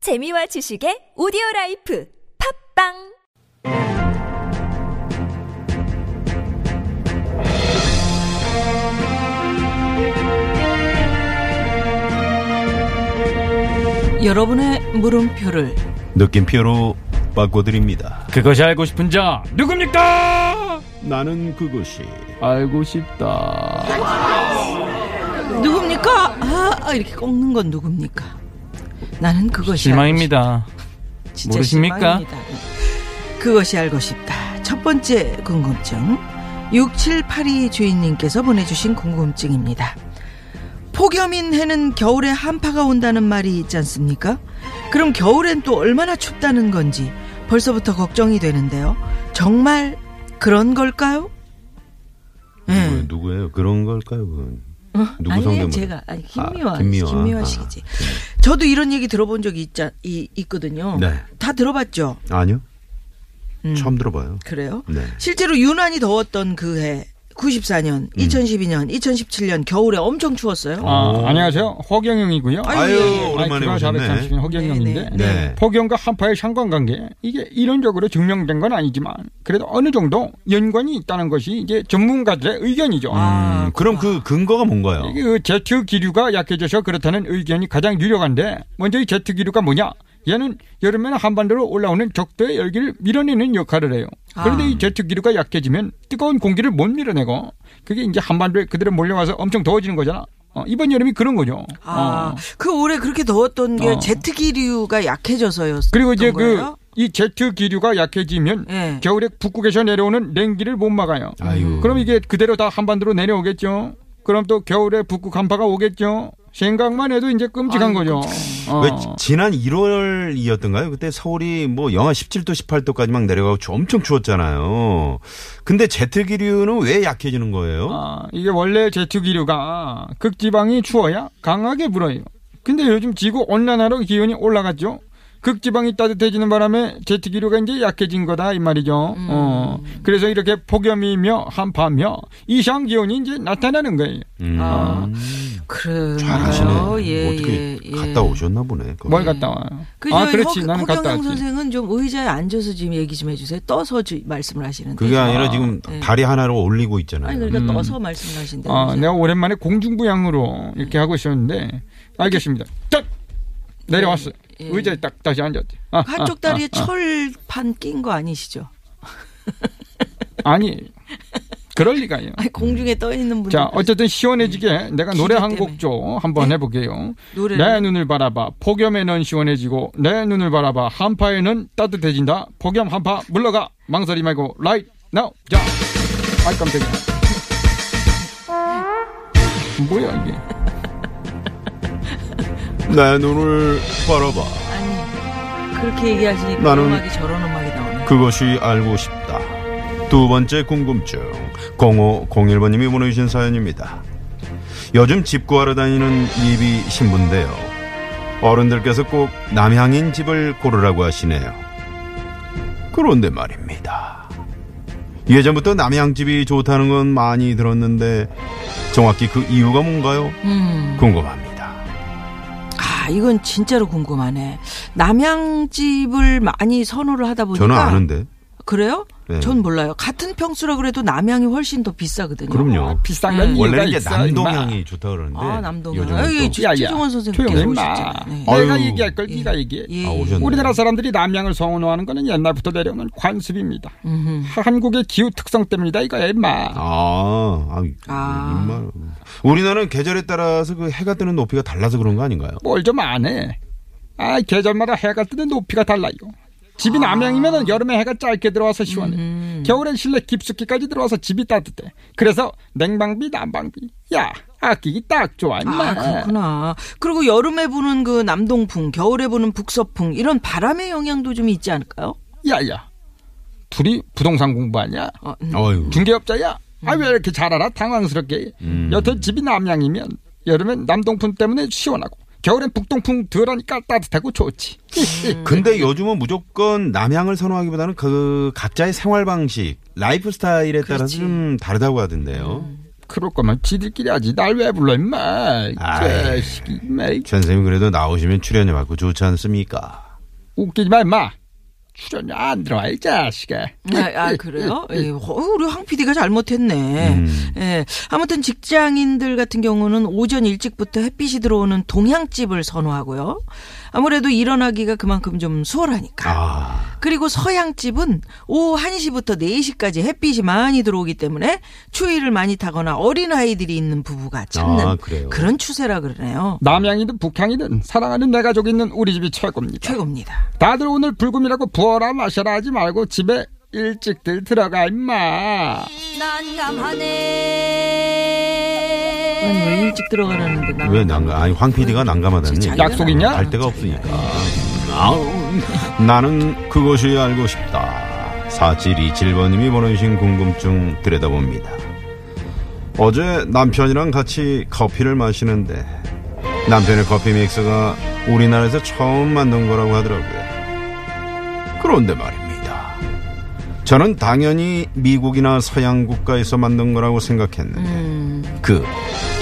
재미와 지식의 오디오 라이프 팝빵 여러분의 물음표를 느낌표로 바꿔드립니다. 그것이 알고 싶은 자 누굽니까? 나는 그것이 알고 싶다. 누굽니까? 아, 아, 이렇게 꺾는 건 누굽니까? 나는 그것이 실망입니다. 알고 싶- 진짜 모르십니까? 실망입니다. 네. 그것이 알고 싶다. 첫 번째 궁금증 6782 주인님께서 보내주신 궁금증입니다. 폭염인 해는 겨울에 한파가 온다는 말이 있지 않습니까? 그럼 겨울엔 또 얼마나 춥다는 건지 벌써부터 걱정이 되는데요. 정말 그런 걸까요? 예. 누구, 누구예요? 그런 걸까요? 그건? 누구 어? 아니, 성대모사? 제가 아니 김미화 아, 김미화. 김미화 아, 씨지. 저도 이런 얘기 들어본 적이 있자 이, 있거든요. 네. 다 들어봤죠. 아니요. 음, 처음 들어봐요. 그래요? 네. 실제로 유난히 더웠던 그 해 94년, 음. 2012년, 2017년 겨울에 엄청 추웠어요. 아, 안녕하세요. 허경영이고요. 아유, 예, 예. 오랜만에 오셨네. 음, 9430 허경영인데 네, 네. 네. 폭염과 한파의 상관관계 이게 이론적으로 증명된 건 아니지만 그래도 어느 정도 연관이 있다는 것이 이제 전문가들의 의견이죠. 아, 음, 그럼 그 근거가 뭔가요? 어. 이게 그 제트 기류가 약해져서 그렇다는 의견이 가장 유력한데 먼저 이 제트 기류가 뭐냐? 얘는 여름에는 한반도로 올라오는 적도의 열기를 밀어내는 역할을 해요. 그런데 아. 이 제트 기류가 약해지면 뜨거운 공기를 못 밀어내고 그게 이제 한반도에 그대로 몰려와서 엄청 더워지는 거잖아. 어, 이번 여름이 그런 거죠. 아, 어. 그 올해 그렇게 더웠던 게 어. 제트 기류가 약해져서였어요. 그리고 이제 그 이 제트 기류가 약해지면 예. 음. 겨울에 북극에서 내려오는 냉기를 못 막아요. 아이고. 그럼 이게 그대로 다 한반도로 내려오겠죠. 그럼 또 겨울에 북극 한파가 오겠죠. 생각만 해도 이제 끔찍한 거죠. 어. 왜 지- 지난 1월이었던가요? 그때 서울이 뭐 영하 17도, 18도까지 막 내려가고 추- 엄청 추웠잖아요. 근데 제트 기류는 왜 약해지는 거예요? 아, 이게 원래 제트 기류가 극지방이 추워야 강하게 불어요. 근데 요즘 지구 온난화로 기온이 올라갔죠. 극지방이 따뜻해지는 바람에 제트 기류가 이제 약해진 거다 이 말이죠. 어. 그래서 이렇게 폭염이며 한파며 이상 기온이 이제 나타나는 거예요. 음, 아, 그래요. 잘 아시네. 뭐 예, 어떻게 예, 예. 갔다 오셨나 보네. 거기. 뭘 갔다 와요? 그죠? 아, 그렇지. 허, 나는 갔다 허경영 왔지. 선생은 좀 의자에 앉아서 지금 얘기 좀 해주세요. 떠서 지- 말씀을 하시는데. 그게 아니라 지금 네. 다리 하나로 올리고 있잖아요. 아니 그러니까 떠서 말씀을 하신다. 음. 아, 내가 오랜만에 공중부양으로 이렇게 하고 있었는데 알겠습니다. 딱 내려왔어. 요 예. 의자에 딱 다시 앉았지. 아, 한쪽 다리에 철판 낀 거 아니시죠? 아니, 그럴 리가요. 아니 공중에 떠 있는 분들. 음. 자, 어쨌든 시원해지게 내가 노래 한 아, 음, 때문에. 네. 곡 좀 한번 해볼게요. 노래를- 내 눈을 바라봐. 폭염에는 시원해지고, 내 눈을 바라봐. 한파에는 따뜻해진다. 폭염, 한파, 물러가. 망설이 말고, right now. 자, 아이, 깜짝이야. 뭐야, 이게. 내 눈을 바라봐. 아니 그렇게 얘기하시니까 나는- 음악이 저런 음악이 나오네. 그것이 알고 싶다. 두 번째 궁금증. 0501번님이 보내주신 사연입니다. 요즘 집구하러 다니는 예비 신부인데요. 어른들께서 꼭 남향인 집을 고르라고 하시네요. 그런데 말입니다. 예전부터 남향집이 좋다는 건 많이 들었는데 정확히 그 이유가 뭔가요? 음, 궁금합니다. 아 이건 진짜로 궁금하네. 남양집을 많이 선호를 하다 보니까. 저는 아는데. 그래요? 네. 전 몰라요. 같은 평수라 그래도 남양이 훨씬 더 비싸거든요. 그럼요. 아, 비싼 음. 건 이유가 원래는 이제 있어, 임마. 남동향이 좋다 그러는데. 아 남동현. 요즘은 또- 여기 야, 야. 최종원 조용히 선생님께서 임마. 오셨잖아요. 네. 내가 아유. 얘기할 걸 네가 얘기해. 예, 아, 예. 오셨네. 우리나라 사람들이 남양을 선호하는 거는 옛날부터 내려오는 관습입니다. 한국의 기후 특성 때문이다 이거야 임마. 아, 아, 아. 임마. 우리나라는 계절에 따라서 그 해가 뜨는 높이가 달라서 그런 거 아닌가요? 뭘 좀 안 해. 아 계절마다 해가 뜨는 높이가 달라요. 집이 아. 남양이면 여름에 해가 짧게 들어와서 시원해. 겨울엔 실내 깊숙이까지 들어와서 집이 따뜻해. 그래서 냉방비 난방비 야 아끼기 딱 좋아 임마. 아, 그렇구나. 그리고 여름에 부는 그 남동풍, 겨울에 부는 북서풍 이런 바람의 영향도 좀 있지 않을까요? 야야 둘이 부동산 공부하냐? 어, 음. 어유. 중개업자야? 음. 아 왜 이렇게 잘 알아? 당황스럽게. 여태 집이 남양이면 여름엔 남동풍 때문에 시원하고 겨울엔 북동풍 덜하니까 따뜻하고 좋지. 근데 요즘은 무조건 남향을 선호하기보다는 그 각자의 생활 방식, 라이프 스타일에 따라서 그렇지. 좀 다르다고 하던데요. 그럴 거면 지들끼리 하지 날 왜 불러 임마 아이. 자식이 임마 전 선생님 그래도 나오시면 출연료 받고 좋지 않습니까? 웃기지 마 임마 출연료 안 들어와 이 자식아 아, 아, 그래요? 예, 어, 우리 황 PD가 잘못했네. 음. 예, 아무튼 직장인들 같은 경우는 오전 일찍부터 햇빛이 들어오는 동향집을 선호하고요. 아무래도 일어나기가 그만큼 좀 수월하니까. 아, 그리고 서양집은 오후 1시부터 4시까지 햇빛이 많이 들어오기 때문에 추위를 많이 타거나 어린아이들이 있는 부부가 찾는 아, 그래요? 그런 추세라 그러네요. 남양이든 북향이든 사랑하는 내 가족이 있는 우리 집이 최고입니다 최고입니다. 다들 오늘 불금이라고 부어라 마셔라 하지 말고 집에 일찍들 들어가 임마 아니, 왜 일찍 들어가라는데 나. 왜 난감? 아니 황 PD가 난감하다니. 자기가 약속이냐? 갈 데가 없으니까. 아우, 나는 그것이 알고 싶다. 4727번님이 보내주신 궁금증 들여다봅니다. 어제 남편이랑 같이 커피를 마시는데 남편의 커피 믹스가 우리나라에서 처음 만든 거라고 하더라고요. 그런데 말입니다. 저는 당연히 미국이나 서양 국가에서 만든 거라고 생각했는데 그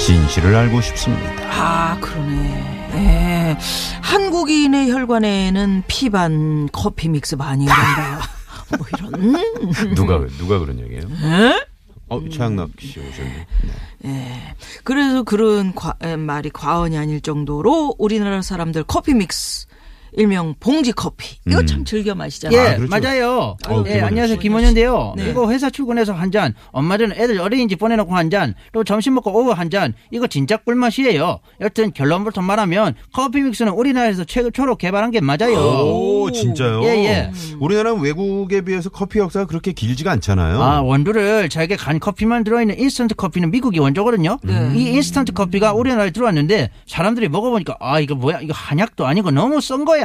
진실을 알고 싶습니다. 아, 그러네. 예. 한국인의 혈관에는 피반 커피 믹스 많이 흐른다. 뭐 이런. 누가 누가 그런 얘기예요? 어, 최양락 씨 오셨네. 그래서 그런 과- 에, 말이 과언이 아닐 정도로 우리나라 사람들 커피 믹스 일명 봉지 커피 이거 음. 참 즐겨 마시잖아요. 예, 그렇죠. 맞아요. 아유, 예, 김원현 안녕하세요. 씨. 네. 김원현인데요. 이거 회사 출근해서 한 잔, 엄마들은 애들 어린이집 보내놓고 한 잔, 또 점심 먹고 오후 한 잔, 이거 진짜 꿀맛이에요. 여튼 결론부터 말하면 커피 믹스는 우리나라에서 최초로 개발한 게 맞아요. 오, 진짜요? 예, 예. 우리나라는 외국에 비해서 커피 역사가 그렇게 길지가 않잖아요. 아, 원두를 잘게 간 커피만 들어있는 인스턴트 커피는 미국이 원조거든요. 네. 이 인스턴트 커피가 우리나라에 들어왔는데 사람들이 먹어보니까 아, 이거 뭐야? 이거 한약도 아니고 너무 쓴 거야.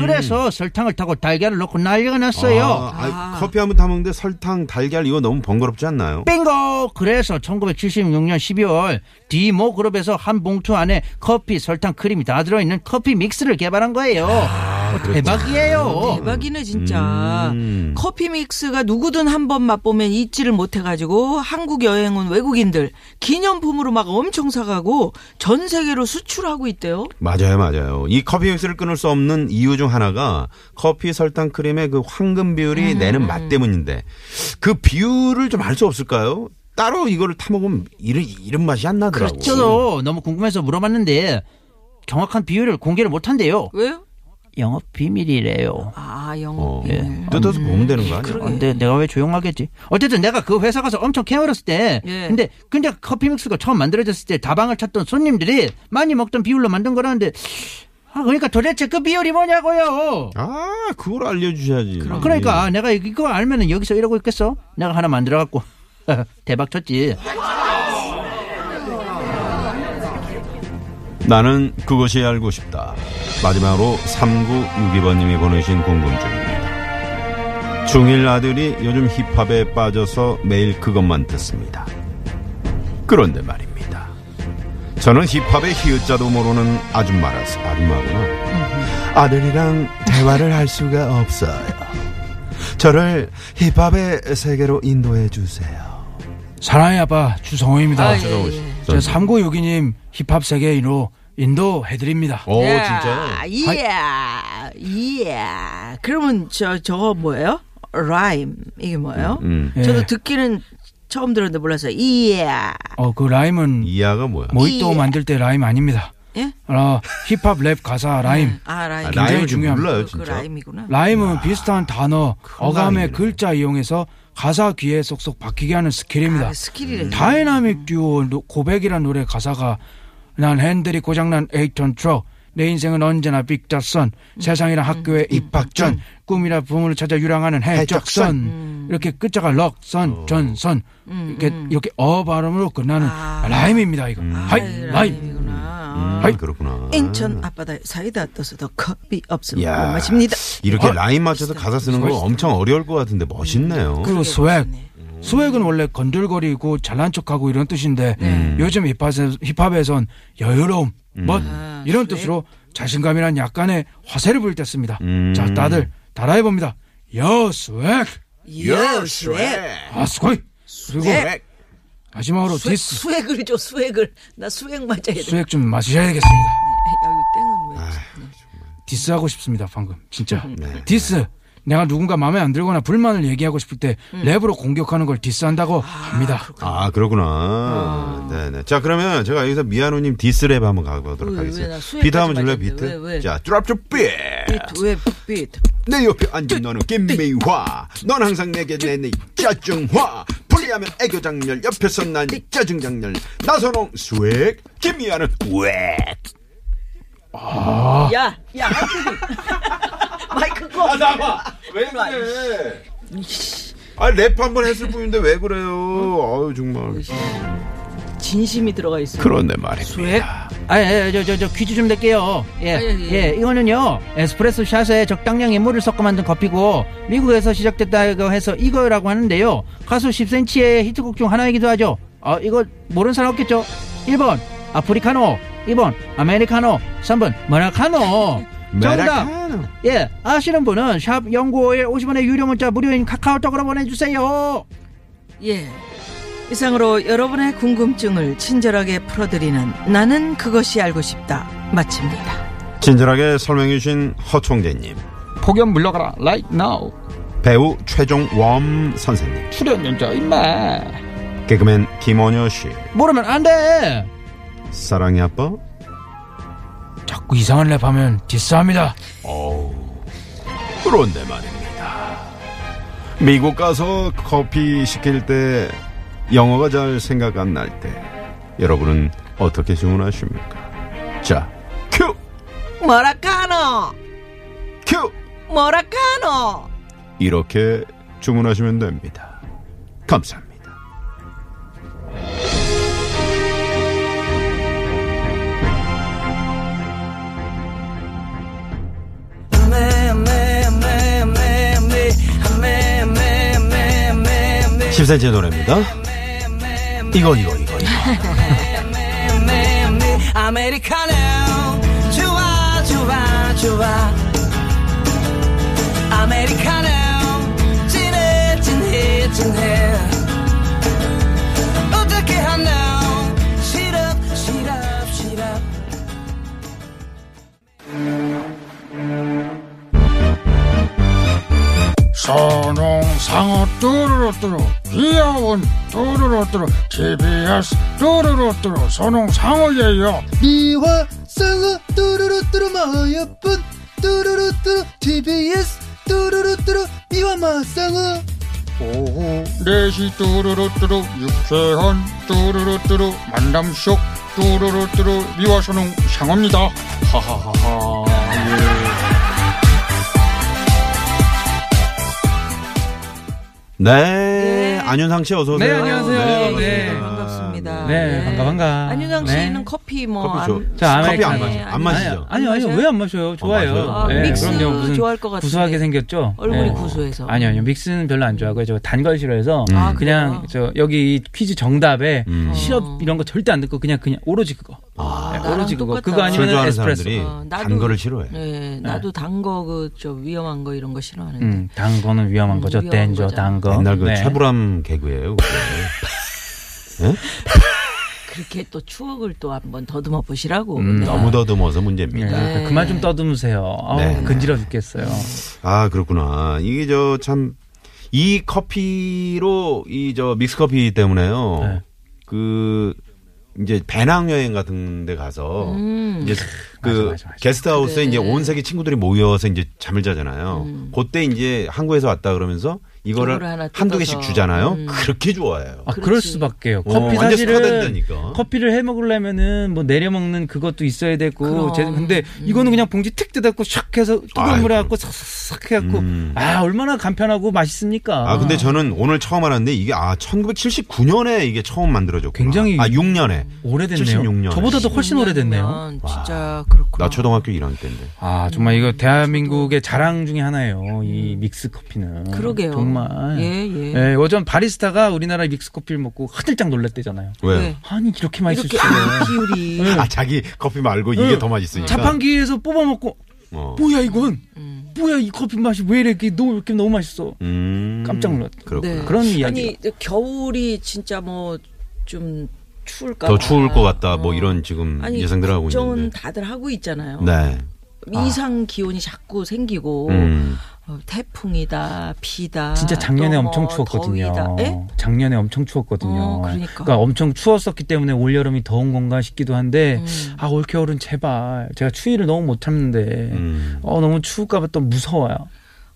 그래서 설탕을 타고 달걀을 넣고 난리가 났어요. 음. 아, 아이, 커피 한 번 타먹는데 설탕, 달걀 이거 너무 번거롭지 않나요? 빙고! 그래서 1976년 12월 디모 그룹에서 한 봉투 안에 커피, 설탕, 크림이 다 들어있는 커피 믹스를 개발한 거예요. 아, 어, 대박이에요. 대박이네 진짜. 음. 커피 믹스가 누구든 한 번 맛보면 잊지를 못해가지고 한국 여행 온 외국인들 기념품으로 막 엄청 사가고 전 세계로 수출하고 있대요. 맞아요, 맞아요. 이 커피 믹스를 끊을 수 없는 이유 중 하나가 커피 설탕 크림의 그 황금 비율이 내는 맛 때문인데 그 비율을 좀 알 수 없을까요? 따로 이거를 타먹으면 이런, 이런 맛이 안 나더라고요. 저도 너무 궁금해서 물어봤는데 정확한 비율을 공개를 못한대요. 왜요? 영업 비밀이래요. 아 어. 영어. 예. 뜯어서 보면 되는 거 아니야? 아, 근데 내가 왜 조용하겠지? 어쨌든 내가 그 회사 가서 엄청 캐물었을 때, 예. 근데 근데 커피 믹스가 처음 만들어졌을 때 다방을 찾던 손님들이 많이 먹던 비율로 만든 거라는데, 아 그러니까 도대체 그 비율이 뭐냐고요? 아, 그걸 알려주셔야지. 그러니까 내가 이거 알면은 여기서 이러고 있겠어? 내가 하나 만들어 갖고 대박 쳤지. 나는 그것이 알고 싶다. 마지막으로 3962번님이 보내신 궁금증입니다. 중1 아들이 요즘 힙합에 빠져서 매일 그것만 듣습니다. 그런데 말입니다. 저는 힙합의 희웃자도 모르는 아줌마라서 아줌마구나. 아들이랑 대화를 할 수가 없어요. 저를 힙합의 세계로 인도해 주세요. 사랑의 아빠 주성호입니다. 아, 예, 예. 저 3962님 힙합 세계인으로 인도해드립니다. 오, 예, 진짜요? 이야, 이야. 그러면 저 저거 뭐예요? 라임 이게 뭐예요? 음. 예. 저도 듣기는 처음 들었는데 몰라서 이야. 어, 그 라임은 이하가 뭐야? 모히또 이- 만들 때 라임 아닙니다. 예? 어, 힙합 랩 가사 라임. 아 라임. 아, 굉장히 라임을 좀 중요합니다. 몰라요, 그, 그 진짜. 라임이구나. 라임은 비슷한 단어, 어감의 라임이네. 글자 이용해서 가사 귀에 쏙쏙 박히게 하는 스킬입니다. 아, 스킬이래. 다이나믹 듀오 노- 고백이란 노래 가사가 난 핸들이 고장난 에이턴 트럭 내 인생은 언제나 빅닥선 세상이란 학교의 입학전 꿈이라 부모를 찾아 유랑하는 음. 해적선 음. 이렇게 끝자가 럭선 전선 이렇게 이렇게 어 발음으로 끝나는 라임입니다 이거 하이 아, 아. 라임 라임이구나. 음, 그렇구나. 인천 앞바다에 사이다 떠서도 커피 없으면 못 야. 마십니다. 이렇게 어? 라인 맞춰서 가사 쓰는 거 엄청 어려울 것 같은데 음, 멋있네요. 그리고 스웩 스웩은 원래 건들거리고 잘난 척하고 이런 뜻인데 요즘 힙합에서, 힙합에선 여유로움, 멋 이런 뜻으로 자신감이란 약간의 화세를 부릴 때 씁니다. 자, 다들 따라해 봅니다. 여 스웩, 여수에 아 스웩. 그리고 마지막으로 수액, 디스 수액을 줘 수액을 나 수액 맞아야 돼. 수액 좀 마셔야겠습니다. 야 이거 땡은 아. 왜? 디스하고 싶습니다. 방금 진짜 디스. 내가 누군가 마음에 안 들거나 불만을 얘기하고 싶을 때 랩으로 공격하는 걸 디스한다고 합니다. 아, 그렇구나. 네네. 자, 그러면 제가 여기서 미아노님 디스랩 한번 가보도록 왜, 왜 하겠습니다. 나 수행까지 비트 한번 줄래요, 비트? 맞았는데 왜, 왜? 자, 드랍 좀 삐! 비트 왜 비트? 내 옆에 앉은 너는 김미화. 넌 항상 내게 내내 짜증화. 불리하면 애교장렬. 옆에서 난 짜증장렬. 나선홍 수액. 김미아는 왜? 아. 야야 마이크 꺼. 아, 나와! 왜 그래? 아, 랩 한 번 했을 뿐인데 왜 그래요? 아유, 정말. 진심이 들어가 있어. 그런데 말입니다. 수액? 아, 예, 예, 저, 저, 저 퀴즈 좀 낼게요. 예, 예, 예, 예. 이거는요, 에스프레소 샷에 적당량의 물을 섞어 만든 커피고, 미국에서 시작됐다고 해서 이거라고 하는데요. 가수 10cm의 히트곡 중 하나이기도 하죠. 아, 이거 모르는 사람 없겠죠? 1번, 아프리카노. 2번, 아메리카노. 3번, 마라카노. 정답! 예, 아시는 분은 샵 0951 50원의 유료 문자 무료인 카카오톡으로 보내주세요. 예. 이상으로 여러분의 궁금증을 친절하게 풀어드리는 나는 그것이 알고 싶다 마칩니다. 친절하게 설명해 주신 허총재님, 폭염 물러가라 right now 배우 최종웜 선생님, 출연연자 임마 개그맨 김원효 씨, 모르면 안 돼! 사랑의 아빠, 자꾸 이상한 랩하면 디스합니다. 그런데 말입니다. 미국 가서 커피 시킬 때 영어가 잘 생각 안 날 때 여러분은 어떻게 주문하십니까? 자, 큐! 뭐라카노 큐! 뭐라카노. 이렇게 주문하시면 됩니다. 감사합니다. 네. 십센치 노래입니다. 이거 이거 이거. 이거. 아메리카노 좋아 좋아 좋아 아메리카노 진해 진해 진해 어떻게 하나 시럽 시럽 시럽 선홍 상어 뚜루루뚜루 귀여운 뚜루루뚜루 TBS 뚜루루뚜루 선홍 상어예요 미화 상어 뚜루루뚜루 마여쁜 뚜루루뚜루 TBS 뚜루루뚜루 미화 마상어 오후 4시 뚜루루뚜루 유쾌한 뚜루루뚜루 만남 속 뚜루루뚜루 미화 선홍 상어입니다 하하하하 네, 안윤상 씨 어서 오세요. 네, 안녕하세요. 네. 예, 반갑습니다. 예. 네, 반가 반가. 안윤상 네. 씨는 커피 뭐 커피 줘. 안, 커피 저안 아메리카노. 마시, 안 아니, 마시죠? 아니요, 아니요. 마셔요? 왜 안 마셔요? 좋아요. 마셔요? 아, 예, 믹스 그럼요. 무슨 좋아할 것 같은데. 구수하게 생겼죠? 얼굴이 예. 구수해서. 아니요, 아니요. 믹스는 별로 안 좋아하고요. 저 단 걸 싫어해서 아, 그래요? 그냥 아. 저 여기 이 퀴즈 정답에 음. 시럽 이런 거 절대 안 듣고 그냥 그냥 오로지 그거. 아, 예, 오로지 그거. 똑같다. 그거 술 아니면 좋아하는 에스프레소. 사람들이 어, 나도- 단 거를 싫어해. 네, 나도 단 거 그 저 위험한 거 이런 거 싫어하는데. 음, 단 거는 위험한 거죠. 위험한 댄저 거죠. 단 거. 옛날 그 네. 최불암 개그예요. 그게. 그렇게 또 추억을 또 한번 더듬어 보시라고. 음, 네. 너무 더듬어서 네, 문제입니다. 그러니까 네. 그만 좀 떠듬으세요. 아우, 네. 근질어 죽겠어요. 아 그렇구나. 이게 저 참 이 커피로 이 저 믹스 커피 때문에요. 네. 그 이제 배낭 여행 같은데 가서 이제 그 맞아, 맞아, 맞아. 게스트하우스에 이제 온 세계 친구들이 모여서 이제 잠을 자잖아요. 그때 이제 한국에서 왔다 그러면서 이거를 이거를 하나 한두 뜯어서. 개씩 주잖아요. 그렇게 좋아해요. 아, 그럴 수밖에요. 어, 커피 완전 사실은 스타된다니까. 커피를 해 먹으려면은 뭐 내려 먹는 그것도 있어야 되고. 그럼. 음. 제- 근데 이거는 그냥 봉지 탁 뜯었고 샥 해서 뜨거운 아이고. 물에 갖고 싹싹 해갖고 음. 아 얼마나 간편하고 맛있습니까. 아, 근데 저는 오늘 처음 알았는데 이게 아 1979년에 이게 처음 만들어졌고 굉장히 아 6년에 오래됐네요. 76 년에. 저보다도 훨씬 오래됐네요. 진짜 그렇구나. 나 초등학교 1학년 때인데. 아 정말 음. 이거 대한민국의 자랑 중에 하나예요. 이 믹스 커피는. 그러게요. 정말. 예, 예. 예, 어전 바리스타가 우리나라 믹스 커피를 먹고 하들짝 놀랐대잖아요. 왜요? 네. 아니 이렇게 맛있을 이렇게 줄. 기울이. 아 그러니까. 자기 커피 말고 이게 응. 더 맛있으니까. 자판기에서 뽑아 먹고 어. 뭐야 이건 음. 뭐야 이 커피 맛이 왜 이렇게 너무 이렇게 너무 맛있어 음. 깜짝 놀랐다 그렇구나. 네. 그런 이야기 아니 겨울이 진짜 뭐 좀 추울까 더 봐. 추울 것 같다. 뭐 이런 지금 아니, 예상들 하고 걱정은 있는데. 다들 하고 있잖아요. 네. 이상 기온이 자꾸 생기고 음. 어, 태풍이다, 비다. 진짜 작년에 또 뭐 엄청 추웠거든요. 더위다. 예? 작년에 엄청 추웠거든요. 어, 그러니까. 엄청 추웠었기 때문에 올 여름이 더운 건가 싶기도 한데 음. 아 올 겨울은 제발 제가 추위를 너무 못 참는데 음. 어 너무 추울까봐 또 무서워요.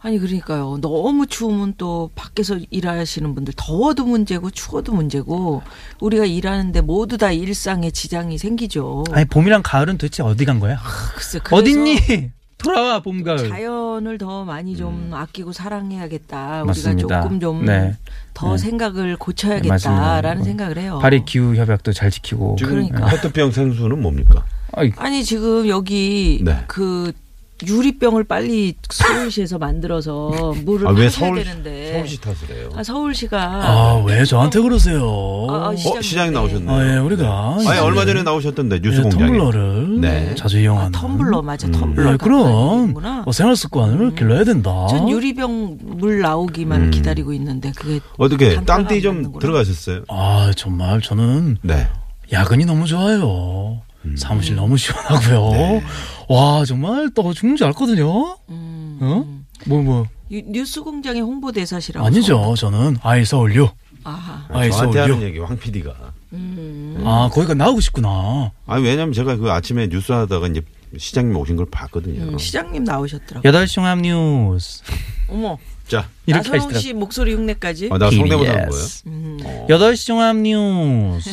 아니 그러니까요. 너무 추우면 또 밖에서 일하시는 분들 더워도 문제고 추워도 문제고 우리가 일하는데 모두 다 일상에 지장이 생기죠. 아니 봄이랑 가을은 도대체 어디 간 거야? 글쎄, 어. 아, 그래서 어딨니? 돌아와 봄 가을. 자연을 더 많이 좀 아끼고 사랑해야겠다. 맞습니다. 우리가 조금 좀 더 네. 네. 생각을 네, 맞습니다. 고쳐야겠다라는 생각을 해요. 파리 기후 협약도 잘 지키고. 지금 그러니까. 페트병 생수는 뭡니까? 아이, 아니 지금 여기 네. 그 유리병을 빨리 서울시에서 만들어서 물을 아, 왜 파셔야 서울- 되는데 서울시 탓을 해요. 네. 아, 서울시가 아 왜 저한테 그러세요? 아, 아, 어, 시장에 시장인데. 나오셨네요. 아, 예, 우리가 아니 이제 얼마 전에 나오셨던데 예, 뉴스 공장에. 텀블러를 네. 자주 이용하는 텀블러 맞아 음. 텀블러 예, 네, 그럼 구나 음. 어, 생활 습관을 길러야 된다. 전 유리병 물 나오기만 음. 기다리고 있는데 그게 어떻게 단가가 땀띠 좀 맞는구나. 들어가셨어요? 아 정말 저는 네. 야근이 너무 좋아요. 사무실 너무 시원하고요. 네. 와 정말 또 죽는 줄 알거든요. 음. 어? 뭐 뭐? 유- 뉴스공장의 홍보대사시라고 아니죠. 저는 아이 서울요. 아, 아이 저한테 하는 서울요. 얘기 황 PD가. 음. 아 거기가 나오고 싶구나. 아니 왜냐면 제가 그 아침에 뉴스 하다가 이제 시장님 오신 걸 봤거든요. 음, 시장님 나오셨더라고. 요 8시 홍합 뉴스. 어머, 자, 이렇게 나선홍 하시더라고요. 씨 목소리 흉내까지. 아, 나 성대모사 한 거예요? TBS. 음. 여덟 시 종합 뉴스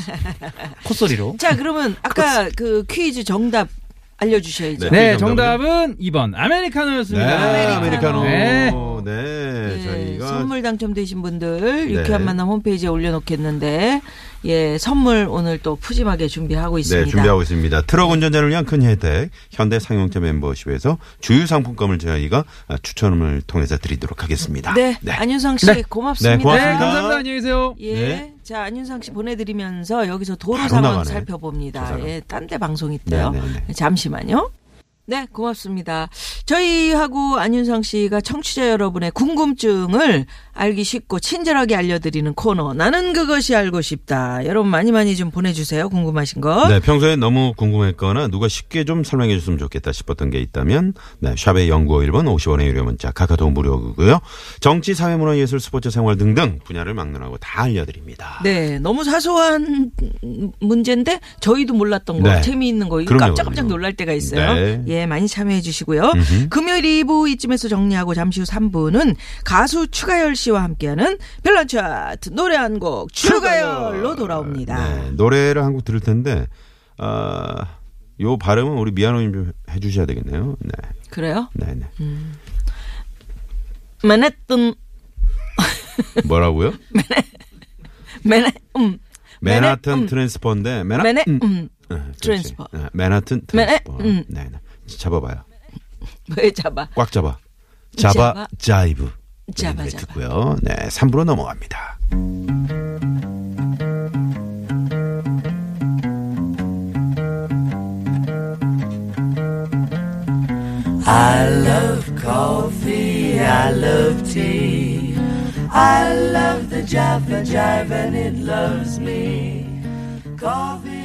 콧소리로 자, 그러면 아까 그 퀴즈 정답 알려주셔야죠. 네, 네 정답은 2번 아메리카노였습니다 네, 아메리카노. 네, 네. 예, 저희가 선물 당첨되신 분들 네. 유쾌한 만남 홈페이지에 올려놓겠는데 예 선물 오늘 또 푸짐하게 준비하고 있습니다. 네, 준비하고 있습니다. 트럭 운전자를 위한 큰 혜택 현대 상용차 멤버십에서 주유 상품권을 저희가 아, 추첨을 통해서 드리도록 하겠습니다. 네, 안윤상 씨 고맙습니다. 네, 고맙습니다. 감사합니다 안녕히 계세요 예. 네. 자, 안윤상 씨 보내드리면서 여기서 도로 바로 상황 나가네. 저 살펴봅니다. 사람. 예, 딴 데 방송 있대요. 네, 네, 네. 잠시만요. 네, 고맙습니다. 저희하고 안윤상 씨가 청취자 여러분의 궁금증을 알기 쉽고 친절하게 알려드리는 코너. 나는 그것이 알고 싶다. 여러분 많이 많이 좀 보내주세요. 궁금하신 거. 네, 평소에 너무 궁금했거나 누가 쉽게 좀 설명해 줬으면 좋겠다 싶었던 게 있다면 네, 샵의 연구 1번 50원의 유료 문자 카카오 무료고요. 정치, 사회, 문화, 예술, 스포츠, 생활 등등 분야를 막론하고 다 알려드립니다. 네, 너무 사소한 문제인데 저희도 몰랐던 거, 네. 재미있는 거, 그럼요, 깜짝깜짝 그럼요. 놀랄 때가 있어요. 네. 예, 많이 참여해 주시고요. 금요일 2부 이쯤에서 정리하고 잠시 후 3부는 가수 추가열 씨와 함께하는 별난 차트 노래 한 곡 추가열로 돌아옵니다. 네, 노래를 한 곡 들을 텐데 아, 요 발음은 우리 미아노님 좀 해주셔야 되겠네요. 네, 그래요? 네, 네. 음. 맨했던 뭐라고요? 맨해 음 맨하튼 음. 트랜스퍼인데 맨하 맨해 음. 음. 네, 그렇지. 트랜스퍼. 네, 맨하튼 맨해- 트랜스퍼. 음. 네, 네. 잡아봐요. 왜 잡아? 꽉 잡아. 잡아, 잡아. 자이브. 잡아, 네, 노래 잡아. 듣고요. 네, 3부로 넘어갑니다. love the Jaffa Jive and it loves me. Coffee